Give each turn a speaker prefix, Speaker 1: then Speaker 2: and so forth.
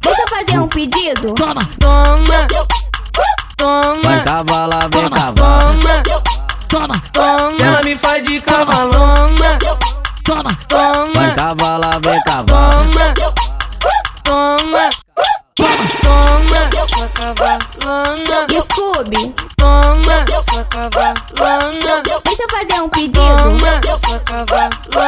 Speaker 1: Deixa eu fazer um pedido.
Speaker 2: Toma,
Speaker 3: Toma, toma,
Speaker 4: Vai cavalar, vem
Speaker 2: Toma.
Speaker 4: cavalar.
Speaker 3: toma,
Speaker 2: toma,
Speaker 3: toma,
Speaker 4: Ela me faz de cavalão.
Speaker 3: toma,
Speaker 2: toma,
Speaker 3: toma,
Speaker 4: Vai cavalar, vem cavalar.
Speaker 3: toma, toma, toma, sua cavalona,
Speaker 1: Scooby,
Speaker 3: toma, sua cavalona,
Speaker 1: deixa eu fazer um pedido.
Speaker 3: toma, sua cavalona.
Speaker 1: um um